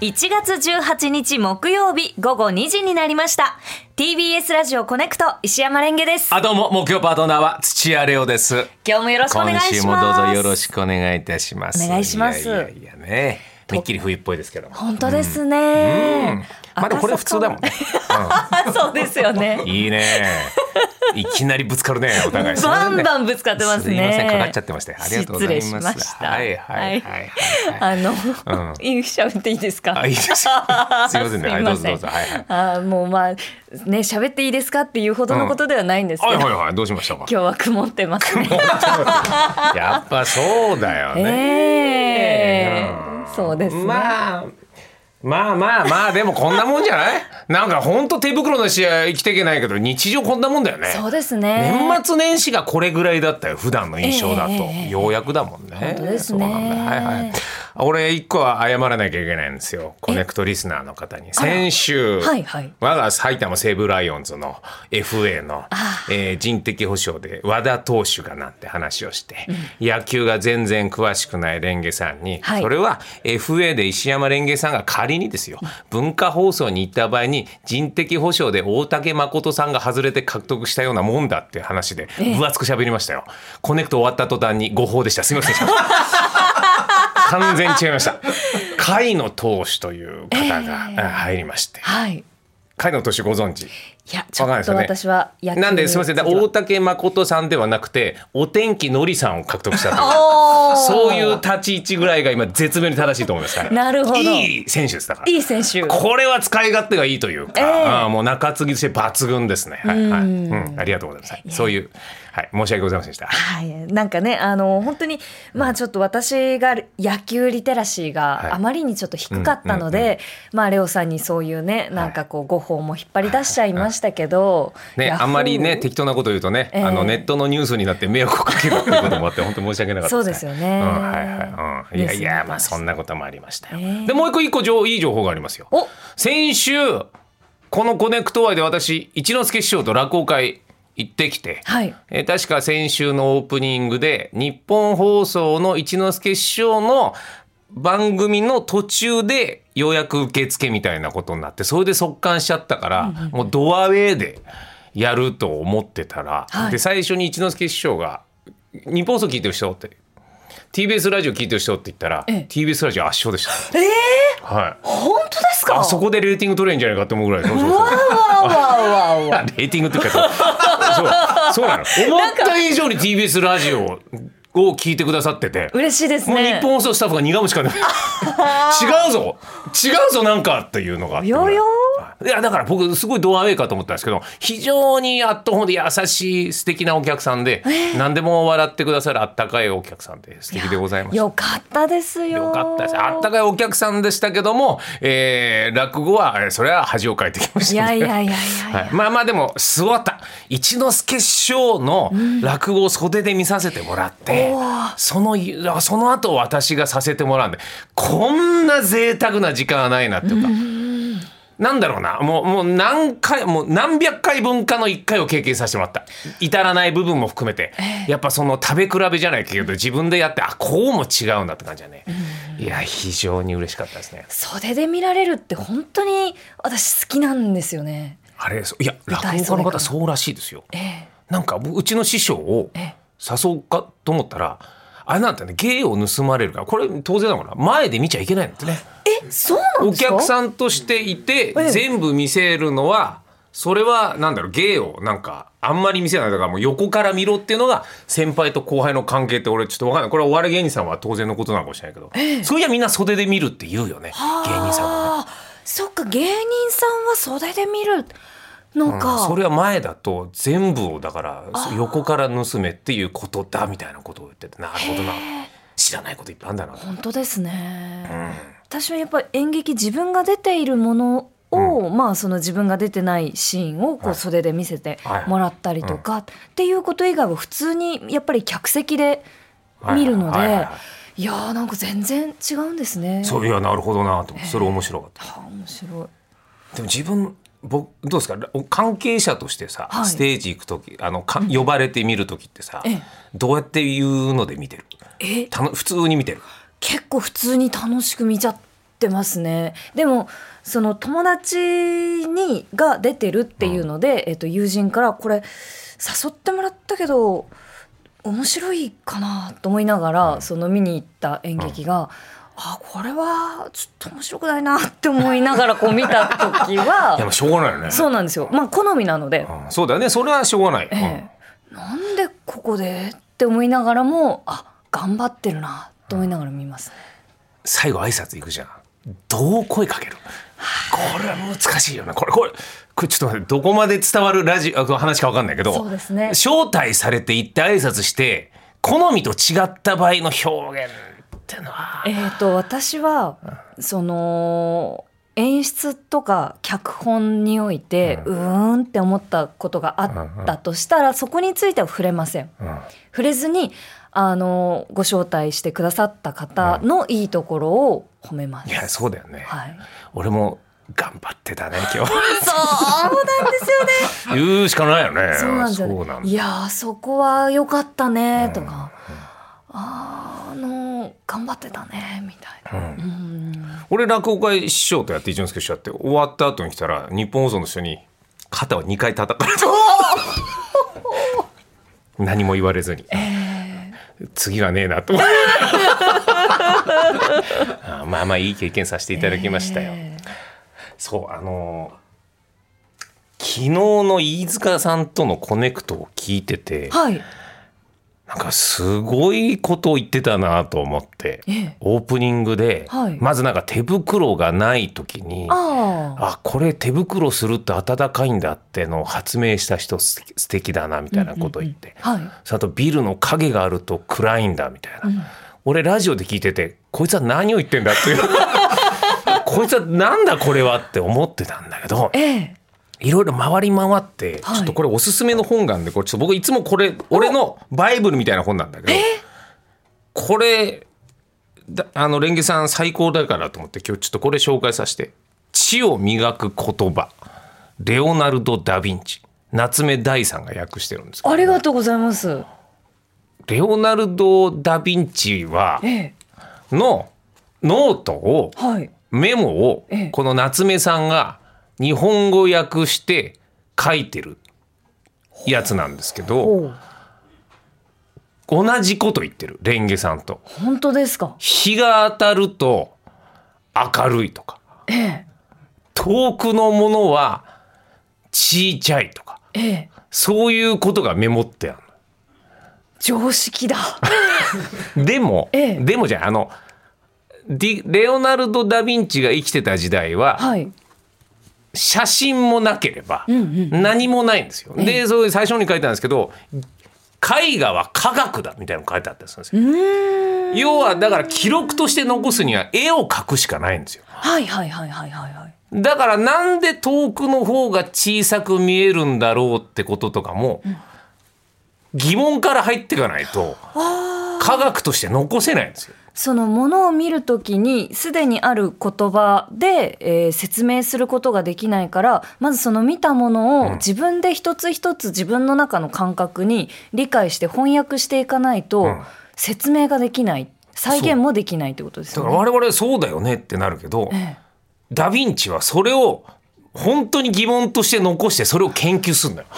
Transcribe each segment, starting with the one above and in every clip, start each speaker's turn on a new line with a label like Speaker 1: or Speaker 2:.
Speaker 1: 1月18日木曜日午後2時になりました TBS ラジオコネクト石山レンゲです
Speaker 2: あどうも木曜パートナーは土屋レオです
Speaker 1: 今日もよろしくお願い
Speaker 2: 今
Speaker 1: します
Speaker 2: 週もどうぞよろしくお願いいたします
Speaker 1: お願いします
Speaker 2: いやいやいやねめっきり冬っぽいですけど
Speaker 1: 本当ですね、
Speaker 2: まあでもこれは普通だもん、ね、
Speaker 1: ん そうですよね
Speaker 2: うん いいねいきなりぶつかるねお互 い
Speaker 1: バンバンぶつかってますね
Speaker 2: すいませんかかっちゃってましたありがとうござい
Speaker 1: 失
Speaker 2: ます
Speaker 1: 礼しました
Speaker 2: はいはいはいはい、
Speaker 1: あの、
Speaker 2: うん
Speaker 1: いい喋っていいですか
Speaker 2: あい いですよすいませんねはいどうぞどうぞはいはい
Speaker 1: あーもうまあね喋っていいですかっていうほどのことではないんですけど、
Speaker 2: はいはいはいどうしましたか
Speaker 1: 今日は曇ってますね。
Speaker 2: やっぱそうだよ
Speaker 1: え
Speaker 2: ね、
Speaker 1: えそうですね。
Speaker 2: まあまあまあまあでもこんなもんじゃないなんかほんと手袋の試合生きていけないけど日常こんなもんだよね
Speaker 1: そうですね。
Speaker 2: 年末年始がこれぐらいだったよ普段の印象だと、
Speaker 1: ええ
Speaker 2: ようやくだもんね
Speaker 1: 本当ですね
Speaker 2: そうなんだはいはい俺一個は謝らなきゃいけないんですよコネクトリスナーの方に先週、
Speaker 1: はいはい
Speaker 2: 我が埼玉西武ライオンズの FA の、えー人的保障で和田投手がなんて話をして、野球が全然詳しくないレンゲさんに、
Speaker 1: はい
Speaker 2: それは FA で石山レンゲさんが仮にですよ文化放送に行った場合に人的保障で大竹誠さんが外れて獲得したようなもんだっていう話で
Speaker 1: ええ
Speaker 2: 分厚く喋りましたよ、コネクト終わった途端に誤報でした すみません完全に違いました甲斐野投手という方が
Speaker 1: ええ
Speaker 2: あ入りまして
Speaker 1: はい。い
Speaker 2: 甲斐野投手ご存知
Speaker 1: やちょ
Speaker 2: わかんない
Speaker 1: っ
Speaker 2: です
Speaker 1: と
Speaker 2: よね
Speaker 1: 私は野球
Speaker 2: なんですみません、だから大
Speaker 1: お
Speaker 2: 竹誠さんではなくて、お天気のりさんを獲得したという。
Speaker 1: おー
Speaker 2: そういう立ち位置ぐらいが今絶妙に正しいと思いますから。
Speaker 1: なるほど
Speaker 2: いい選手ですだから。
Speaker 1: いい選手。
Speaker 2: これは使い勝手がいいというか、
Speaker 1: ええ
Speaker 2: ああもう中継ぎとして抜群ですね。はい、はい、うん、ありがとうございます。はいそういう、はい、申し訳ございませんでした。
Speaker 1: はい、なんかねあの本当にまあちょっと私が野球リテラシー
Speaker 2: はい
Speaker 1: があまりにちょっと低かったので、まあレオさんにそういうねなんかこう誤報も引っ張り出しちゃいましたけど、
Speaker 2: ね、
Speaker 1: ヤフー
Speaker 2: あんまりね、適当なこと言うとね、
Speaker 1: ええ
Speaker 2: あのネットのニュースになって迷惑をかけるっていうこともあって、本当申し訳なかった
Speaker 1: そうですよね
Speaker 2: うん、はい、はい、うん、いや
Speaker 1: ニュー
Speaker 2: い
Speaker 1: スにな
Speaker 2: や
Speaker 1: っ、て
Speaker 2: まあ、
Speaker 1: ました
Speaker 2: そんなこともありましたよ。
Speaker 1: ええ
Speaker 2: で、もう一個、一個じょう、いい情報がありますよ。
Speaker 1: お
Speaker 2: 先週このコネクト愛で私一之輔師匠と落語会行ってきて、
Speaker 1: はい
Speaker 2: えー確か先週のオープニングで日本放送の一之輔師匠の番組の途中でようやく受付みたいなことになってそれで速乾しちゃったから、もうドアウェイでやると思ってたら、
Speaker 1: はい
Speaker 2: で最初に一之輔師匠が「日本放送聞いてる人?」って「TBS ラジオ聞いてる人?」って言ったら、
Speaker 1: ええ
Speaker 2: TBS ラジオ圧勝でした。
Speaker 1: ええ
Speaker 2: はい
Speaker 1: 本当ですか
Speaker 2: あそこでレーティング取れんじゃないかって思うぐらいそうそう
Speaker 1: わあわ
Speaker 2: そう
Speaker 1: あわあわあ
Speaker 2: あ レーティングっていうかそうそうそうなの思った以上に TBS ラジオを聞いてくださってて、
Speaker 1: 嬉しいです
Speaker 2: もう日
Speaker 1: ね。
Speaker 2: 本放送スタッフが苦虫か ね違うぞ違うぞなんかっていうのがあって
Speaker 1: よよ
Speaker 2: いやだから僕すごいドアウェイかと思ったんですけど非常にアットホームで優しい素敵なお客さんで、何でも笑ってくださるあったかいお客さんで素敵でございました
Speaker 1: よかったですよ。
Speaker 2: よかったです。あったかいお客さんでしたけども、えー、落語は、えーそれは恥をかいてきました、
Speaker 1: い
Speaker 2: ね。
Speaker 1: やいやいやいやいや。
Speaker 2: はい、まあまあでもすごかった一之輔師匠の落語を袖で見させてもらって、
Speaker 1: おー
Speaker 2: そのその後私がさせてもらうんでこんな贅沢な時間はないなっていうか。なんだろうなもうもう何回もう何百回分かの1回を経験させてもらった至らない部分も含めて、やっぱその食べ比べじゃないけど自分でやってあこうも違うんだって感じだね、いや非常に嬉しかったですね
Speaker 1: 袖で見られるって本当に私好きなんですよね。
Speaker 2: あれそういや
Speaker 1: 舞
Speaker 2: 落
Speaker 1: 台
Speaker 2: 語家の
Speaker 1: 袖か
Speaker 2: 方そうらしいですよ
Speaker 1: ええ
Speaker 2: なんかうちの師匠を
Speaker 1: え
Speaker 2: 誘うかと思ったらあれなんてね芸を盗まれるからこれ当然だから前で見ちゃいけないんだってね
Speaker 1: え、そうなん
Speaker 2: お
Speaker 1: ですか。
Speaker 2: 客
Speaker 1: ん。
Speaker 2: さんとしていて
Speaker 1: ええ
Speaker 2: 全部見せるのはそれはなんだろう芸をなんかあんまり見せないだからもう横から見ろっていうのが先輩と後輩の関係って俺ちょっとわかんないこれはお笑い芸人さんは当然のことなのかもしれないけど、そういやみんな袖で見るって言うよね芸人さんはね。
Speaker 1: ああ、そっか芸人さんは袖で見るのか。
Speaker 2: それは前だと全部をだから横から盗めっていうことだみたいなことを言っててなるほどな知らないこといっぱいあるんだなと
Speaker 1: 本当ですね。私はやっぱ演劇自分が出ているものを、まあその自分が出てないシーンをこ
Speaker 2: は
Speaker 1: う
Speaker 2: い
Speaker 1: 袖で見せてもらったりとか、っていうこと以外は普通にやっぱり客席で見るので、
Speaker 2: はいいはいはいはい
Speaker 1: やーなんか全然違うんですね。
Speaker 2: そういやなるほどなと思ってそれ面白かった
Speaker 1: はあ面白い。
Speaker 2: でも自分僕どうですから関係者としてさ、
Speaker 1: はい
Speaker 2: ステージ行く時あのか呼ばれて見る時ってさ、
Speaker 1: ええ
Speaker 2: どうやって言うので見てる
Speaker 1: え
Speaker 2: たの普通に見てる
Speaker 1: 結構普通に楽しく見ちゃっってますねでもその友達にが出てるっていうので、えっと、友人からこれ誘ってもらったけど面白いかなと思いながら、その見に行った演劇が、あこれはちょっと面白くないなって思いながらこう見た時
Speaker 2: い やまあ
Speaker 1: は
Speaker 2: しょうがないよね
Speaker 1: そうなんですよまあ好みなので、
Speaker 2: うんそうだよねそれはしょうがない、うん
Speaker 1: ええなんでここでって思いながらもあ頑張ってるなと思いながら見ますね。
Speaker 2: 最後挨拶行くじゃんどう声かけるこれは難しいよなこれこれこれちょっと待ってどこまで伝わるラジオ話か分かんないけど
Speaker 1: そうですね
Speaker 2: 招待されて行って挨拶して好みと違った場合の表現ってのは
Speaker 1: えー、と私はその演出とか脚本においてうーんって思ったことがあったとしたらそこについては触れません。
Speaker 2: うん
Speaker 1: 触れずにあのご招待してくださった方のいいところを褒めます。
Speaker 2: いやそうだよね、
Speaker 1: はい、
Speaker 2: 俺も頑張っ てたね今
Speaker 1: そ
Speaker 2: 日
Speaker 1: うなんですよね。
Speaker 2: 言うしかないよね
Speaker 1: そうなんですよね
Speaker 2: そうなんだ
Speaker 1: いやーそこは良かったねとか、あーあの頑張ってたねみたいな。うん
Speaker 2: 俺落語会師匠とやって一之輔師匠やって終わった後に来たら日本放送の人に肩を2回叩かれた何も言われずに、次はねえ なとああまあまあいい経験させていただきましたよ、
Speaker 1: え
Speaker 2: そうあのー昨日の飯塚さんとのコネクトを聞いてて
Speaker 1: ーはい。
Speaker 2: なんかすごいことを言ってたなと思って、
Speaker 1: ええ
Speaker 2: オープニングで、
Speaker 1: はい
Speaker 2: まずなんか手袋がない時に
Speaker 1: ああ。
Speaker 2: あこれ手袋すると暖かいんだってのを発明した人す素敵だなみたいなことを言って、
Speaker 1: はい。
Speaker 2: そのあとビルの影があると暗いんだみたいな、俺ラジオで聞いててこいつは何を言ってんだっていう こいつはなんだこれはって思ってたんだけど
Speaker 1: ええ。
Speaker 2: いろいろ回り回って、
Speaker 1: はい
Speaker 2: ちょっとこれおすすめの本があるんでこれちょっと僕いつもこれ俺のバイブルみたいな本なんだけど、これだあのレンゲさん最高だからと思って今日ちょっとこれ紹介させて「知を磨く言葉」レオナルド・ダ・ヴィンチ夏目大さんが訳してるんですけど
Speaker 1: ありがとうございます。
Speaker 2: レオナルド・ダ・ヴィンチは
Speaker 1: ええ。
Speaker 2: のノートを
Speaker 1: はい。
Speaker 2: メモを
Speaker 1: ええ
Speaker 2: この夏目さんが日本語訳して書いてるやつなんですけど
Speaker 1: おう
Speaker 2: 同じこと言ってるレンゲさんと
Speaker 1: 本当ですか。
Speaker 2: 日が当たると明るいとか
Speaker 1: ええ。
Speaker 2: 遠くのものはちいちゃいとか
Speaker 1: ええ。
Speaker 2: そういうことがメモってあ
Speaker 1: 常識 だ。
Speaker 2: るのでも、
Speaker 1: ええ
Speaker 2: でもじゃないあのディレオナルド・ダ・ヴィンチが生きてた時代は、
Speaker 1: はい。
Speaker 2: 写真もなければ
Speaker 1: ん
Speaker 2: 何もないんですよ。でそれ最初に書いたんですけど絵画は科学だみたいなの書いてあったりするんですよ。
Speaker 1: うーん。
Speaker 2: 要はだから記録として残すには絵を描くしかないんですよ。
Speaker 1: はいはいはいはいはいはい。
Speaker 2: だからなんで遠くの方が小さく見えるんだろうってこととかも疑問から入っていかないと科学として残せないんですよ。
Speaker 1: そのものを見るときにすでにある言葉で、えー説明することができないからまずその見たものを自分で一つ一つ自分の中の感覚に理解して翻訳していかないと、
Speaker 2: うん
Speaker 1: 説明ができない再現もできないってことです
Speaker 2: だ
Speaker 1: よ
Speaker 2: から
Speaker 1: ね。
Speaker 2: 我々そうだよねってなるけど、
Speaker 1: ええ
Speaker 2: ダ・ヴィンチはそれを本当に疑問として残してそれを研究するんだよ。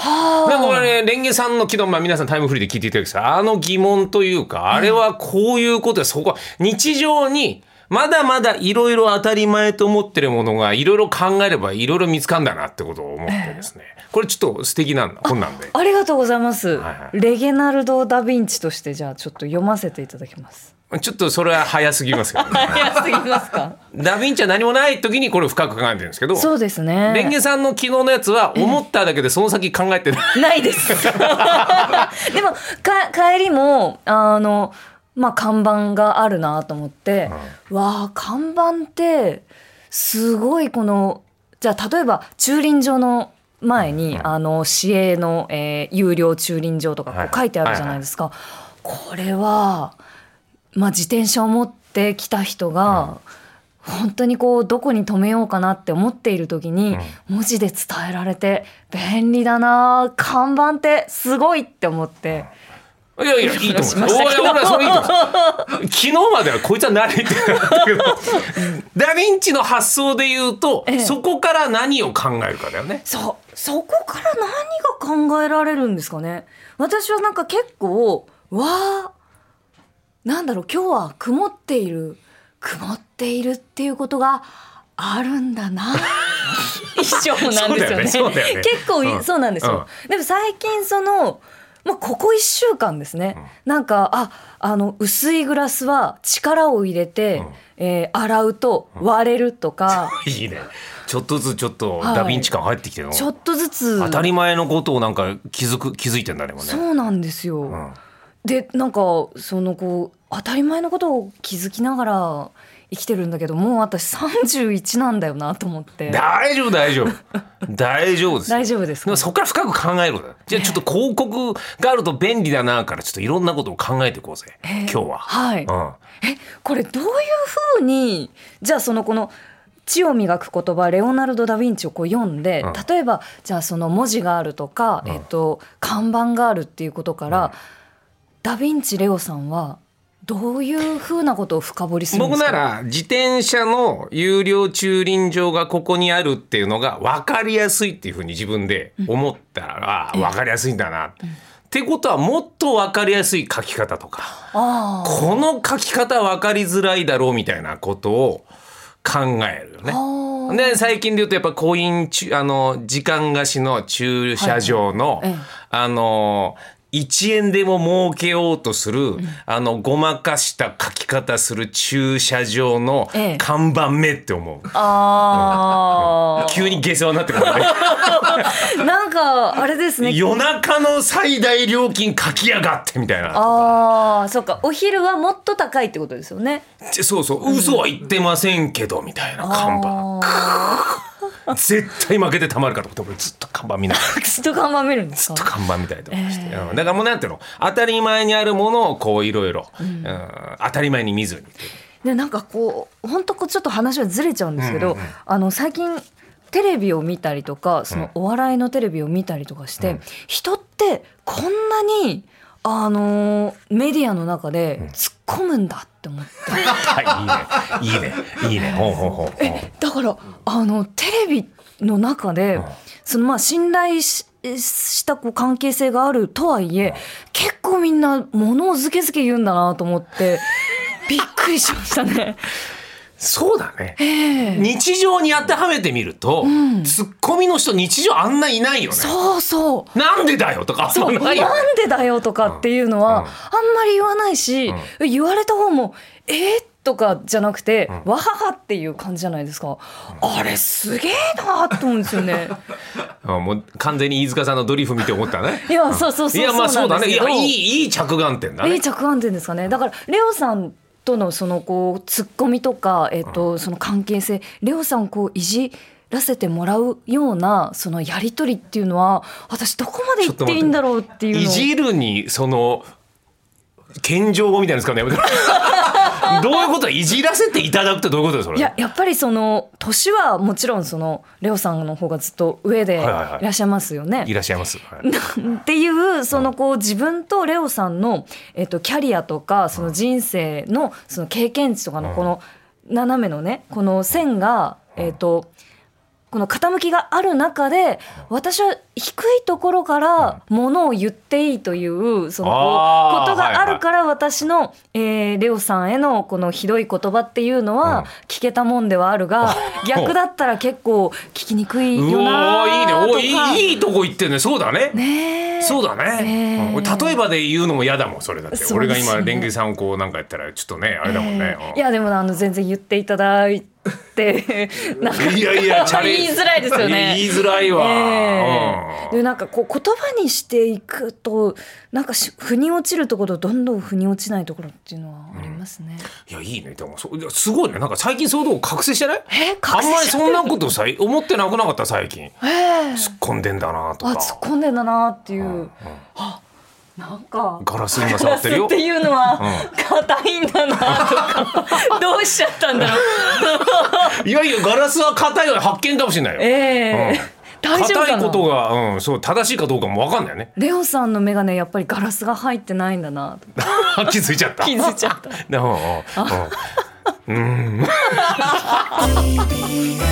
Speaker 2: なんかこれね、レンゲさんの昨日、まあ、皆さんタイムフリーで聞いていただきさ、あの疑問というか、あれはこういうことで、そこは日常に、まだまだいろいろ当たり前と思ってるものが、いろいろ考えればいろいろ見つかんだなってことを思ってですね。これちょっと素敵な本なんで。
Speaker 1: ありがとうございます。
Speaker 2: はいはい
Speaker 1: レゲナルド・ダ・ヴィンチとしてじゃあちょっと読ませていただきます。
Speaker 2: ちょっとそれは早すぎますけど、ね、
Speaker 1: 早すぎますか。
Speaker 2: ダ・ヴィンチは何もない時にこれを深く考えてるんですけど、
Speaker 1: そうですね。
Speaker 2: レンゲさんの昨日のやつは思っただけでその先考えてな い。
Speaker 1: ない です。でもか帰りもあのまあ看板があるなと思って、わあ看板ってすごいこのじゃあ例えば駐輪場の前に、あの市営の、えー有料駐輪場とかこ
Speaker 2: はいう
Speaker 1: 書いてあるじゃないですか。これはまあ自転車を持ってきた人が。本当にこうどこに止めようかなって思っている時に文字で伝えられて便利だなあ看板ってすごいって思って
Speaker 2: いやいや、いいと思
Speaker 1: し
Speaker 2: いま。
Speaker 1: ますした
Speaker 2: おい
Speaker 1: けど
Speaker 2: 俺はそれいいと思います。昨日まではこいつは慣れてた けど、ダヴィンチの発想で言うと、
Speaker 1: ええ
Speaker 2: そこから何を考えるかだよね。
Speaker 1: そうそこから何が考えられるんですかね私はなんか結構わあなんだろう今日は曇っている曇っているっていうことがあるんだ な以上なんですよね
Speaker 2: そうだよねそうだよね
Speaker 1: 結構い、
Speaker 2: うん
Speaker 1: そうなんですよ、でも最近そのまあ、ここ1週間ですね、なんかああの薄いグラスは力を入れて、えー洗うと割れると か、
Speaker 2: いいね。ちょっとずつちょっと
Speaker 1: はい
Speaker 2: ダヴィンチ感入ってきてるの。
Speaker 1: ちょっとずつ
Speaker 2: 当たり前のことをなんか気づく気づいてんだねもうね。
Speaker 1: そうなんですよ、
Speaker 2: うん
Speaker 1: でなんかそのこう当たり前のことを気づきながら生きてるんだけどもう私31なんだよなと思って
Speaker 2: 大丈夫大丈夫大丈夫ですよ。
Speaker 1: 大丈夫です
Speaker 2: で
Speaker 1: か
Speaker 2: もそこから深く考えるのよじゃあちょっと広告があると便利だなからちょっといろんなことを考えていこうぜ、
Speaker 1: えー
Speaker 2: 今日は。
Speaker 1: はい、
Speaker 2: うん
Speaker 1: えこれどういうふうにじゃあそのこの知を磨く言葉レオナルド・ダ・ヴィンチをこう読んで、
Speaker 2: うん
Speaker 1: 例えばじゃあその文字があるとか、
Speaker 2: うん
Speaker 1: えっと、看板があるっていうことから、ダ・ヴィンチレオさんはどういうふうなことを深掘りするんです
Speaker 2: 僕
Speaker 1: か
Speaker 2: なら自転車の有料駐輪場がここにあるっていうのが分かりやすいっていうふうに自分で思ったら、あ分かりやすいんだなって。ってことはもっと分かりやすい書き方とか
Speaker 1: あー
Speaker 2: この書き方分かりづらいだろうみたいなことを考えるよね
Speaker 1: あ。ー
Speaker 2: で最近で言うとやっぱコインちゅあの時間貸しの駐車場の、
Speaker 1: はいはいええ
Speaker 2: あの1円でも儲けようとする、あのごまかした書き方する駐車場の
Speaker 1: ええ
Speaker 2: 看板目って思う、
Speaker 1: あ
Speaker 2: 急に下世話になってくるね
Speaker 1: あ、 なんかあれです ね。
Speaker 2: 夜中の最大料金書きやがってみたいな
Speaker 1: ああ、そうか。お昼はもっと高いってことですよね。
Speaker 2: ちそうそう嘘は言ってませんけどみたいな看板
Speaker 1: あ
Speaker 2: 絶対負けてたまるかと思って俺ずっと看板見ながら
Speaker 1: あ、ずっと看板見るんです
Speaker 2: ちょっと
Speaker 1: か。
Speaker 2: 看板みたいなとこして、うんだからもうなんていうの当たり前にあるものをこういろいろうん当たり前に見ずに
Speaker 1: ね、なんかこう本当こうちょっと話はずれちゃうんですけど、あの最近テレビを見たりとか、そのお笑いのテレビを見たりとかして、人ってこんなにあのーメディアの中で突っ込むんだって思って。
Speaker 2: はいい いねいいねいいねほうほうほうほう
Speaker 1: えだからあのテレビの中で、そのまあ信頼ししたこう関係性があるとはいえ、結構みんな物をずけずけ言うんだなと思ってびっくりしましたね。
Speaker 2: そうだ ね
Speaker 1: ええ
Speaker 2: 日常に当てはめてみると、ツッコミの人日常あんないないよね
Speaker 1: そうそう。
Speaker 2: なんでだよとか
Speaker 1: そう
Speaker 2: あんま
Speaker 1: な
Speaker 2: なんいよね
Speaker 1: でだよとかっていうの
Speaker 2: うん
Speaker 1: はあんまり言わないし、言われた方も「えーとかじゃなくて、わははっていう感じじゃないですか。あれすげえなと思うんですよ ね。
Speaker 2: あもう完全に飯塚さんのドリフ見て思ったね
Speaker 1: いや、そうそうそう。
Speaker 2: いやまあそうだねい
Speaker 1: なんですけ
Speaker 2: や
Speaker 1: ど
Speaker 2: いいいい着眼点だ
Speaker 1: いい
Speaker 2: ね
Speaker 1: 着眼点ですかね。だからレオさんとのそのこうツッコミとかえっ、と、その関係性、レオさんをこういじらせてもらうようなそのやりとりっていうのは、私どこまで行っていいんだろうっていう
Speaker 2: い
Speaker 1: のを。
Speaker 2: じるにその謙譲語みたいなの使うのやめ てどういうこといじらせていただくってどういうことですそれ
Speaker 1: いややっぱりその年はもちろんそのレオさんの方がずっと上でい
Speaker 2: はいはいはい
Speaker 1: らっしゃいますよね。
Speaker 2: いらっしゃいます。はい
Speaker 1: っていうそのこう自分とレオさんの、えっと、キャリアとかその人生のその経験値とかのこの斜めのねこの線が、えっと、この傾きがある中で私は低いところからものを言っていいというそのこ
Speaker 2: あー
Speaker 1: うことがあるから私の、えーレオさんへのこのひどい言葉っていうの
Speaker 2: うん
Speaker 1: は聞けたもんではあるが逆だったら結構聞きにくいうよな
Speaker 2: おーいいね
Speaker 1: ーと
Speaker 2: お
Speaker 1: か
Speaker 2: ーいいいいとこ行ってんねそうだね
Speaker 1: ねえ
Speaker 2: そうだね、
Speaker 1: ねえ
Speaker 2: うん俺例えばで言うのも嫌だもんそれだって、
Speaker 1: そう
Speaker 2: 俺
Speaker 1: で
Speaker 2: が
Speaker 1: すね
Speaker 2: 今レンゲさんをこうなんかやったらちょっとねあれだもん
Speaker 1: え
Speaker 2: ね、う
Speaker 1: ー
Speaker 2: ん
Speaker 1: いやでもあの全然言っていただい てなんか
Speaker 2: いやいやチャレン
Speaker 1: 言いづらいですよね
Speaker 2: 言いづらいわ、
Speaker 1: ええ
Speaker 2: うん
Speaker 1: でなんかこう言葉にしていくとなんかし腑に落ちるところどんどん腑に落ちないところっていうのはありますね、
Speaker 2: いやいいねでもそういやすごいねなんか最近そういうとこ覚醒してない
Speaker 1: えー
Speaker 2: あ
Speaker 1: 覚
Speaker 2: んま
Speaker 1: 醒
Speaker 2: り
Speaker 1: しちゃっ
Speaker 2: そんなことさ思ってなくなかった最近
Speaker 1: たええ
Speaker 2: 突っ込んでんだなと
Speaker 1: あ
Speaker 2: か
Speaker 1: 突っ込んでんだなっていう、
Speaker 2: うんうん
Speaker 1: なんか
Speaker 2: ガラス今触ってるよ
Speaker 1: ガラス っていうのは硬いんだなとか どうしちゃったんだろう
Speaker 2: いやいやガラスは硬いより発見かもしれないよ
Speaker 1: ええ大丈夫か
Speaker 2: 硬
Speaker 1: ない
Speaker 2: ことが、うん、そう正しいかどうかも分かんないよね
Speaker 1: レオさんの眼鏡やっぱりガラスが入ってないんだな と
Speaker 2: 気づいちゃっ た
Speaker 1: 気づいちゃった
Speaker 2: うんうんうん
Speaker 3: TBS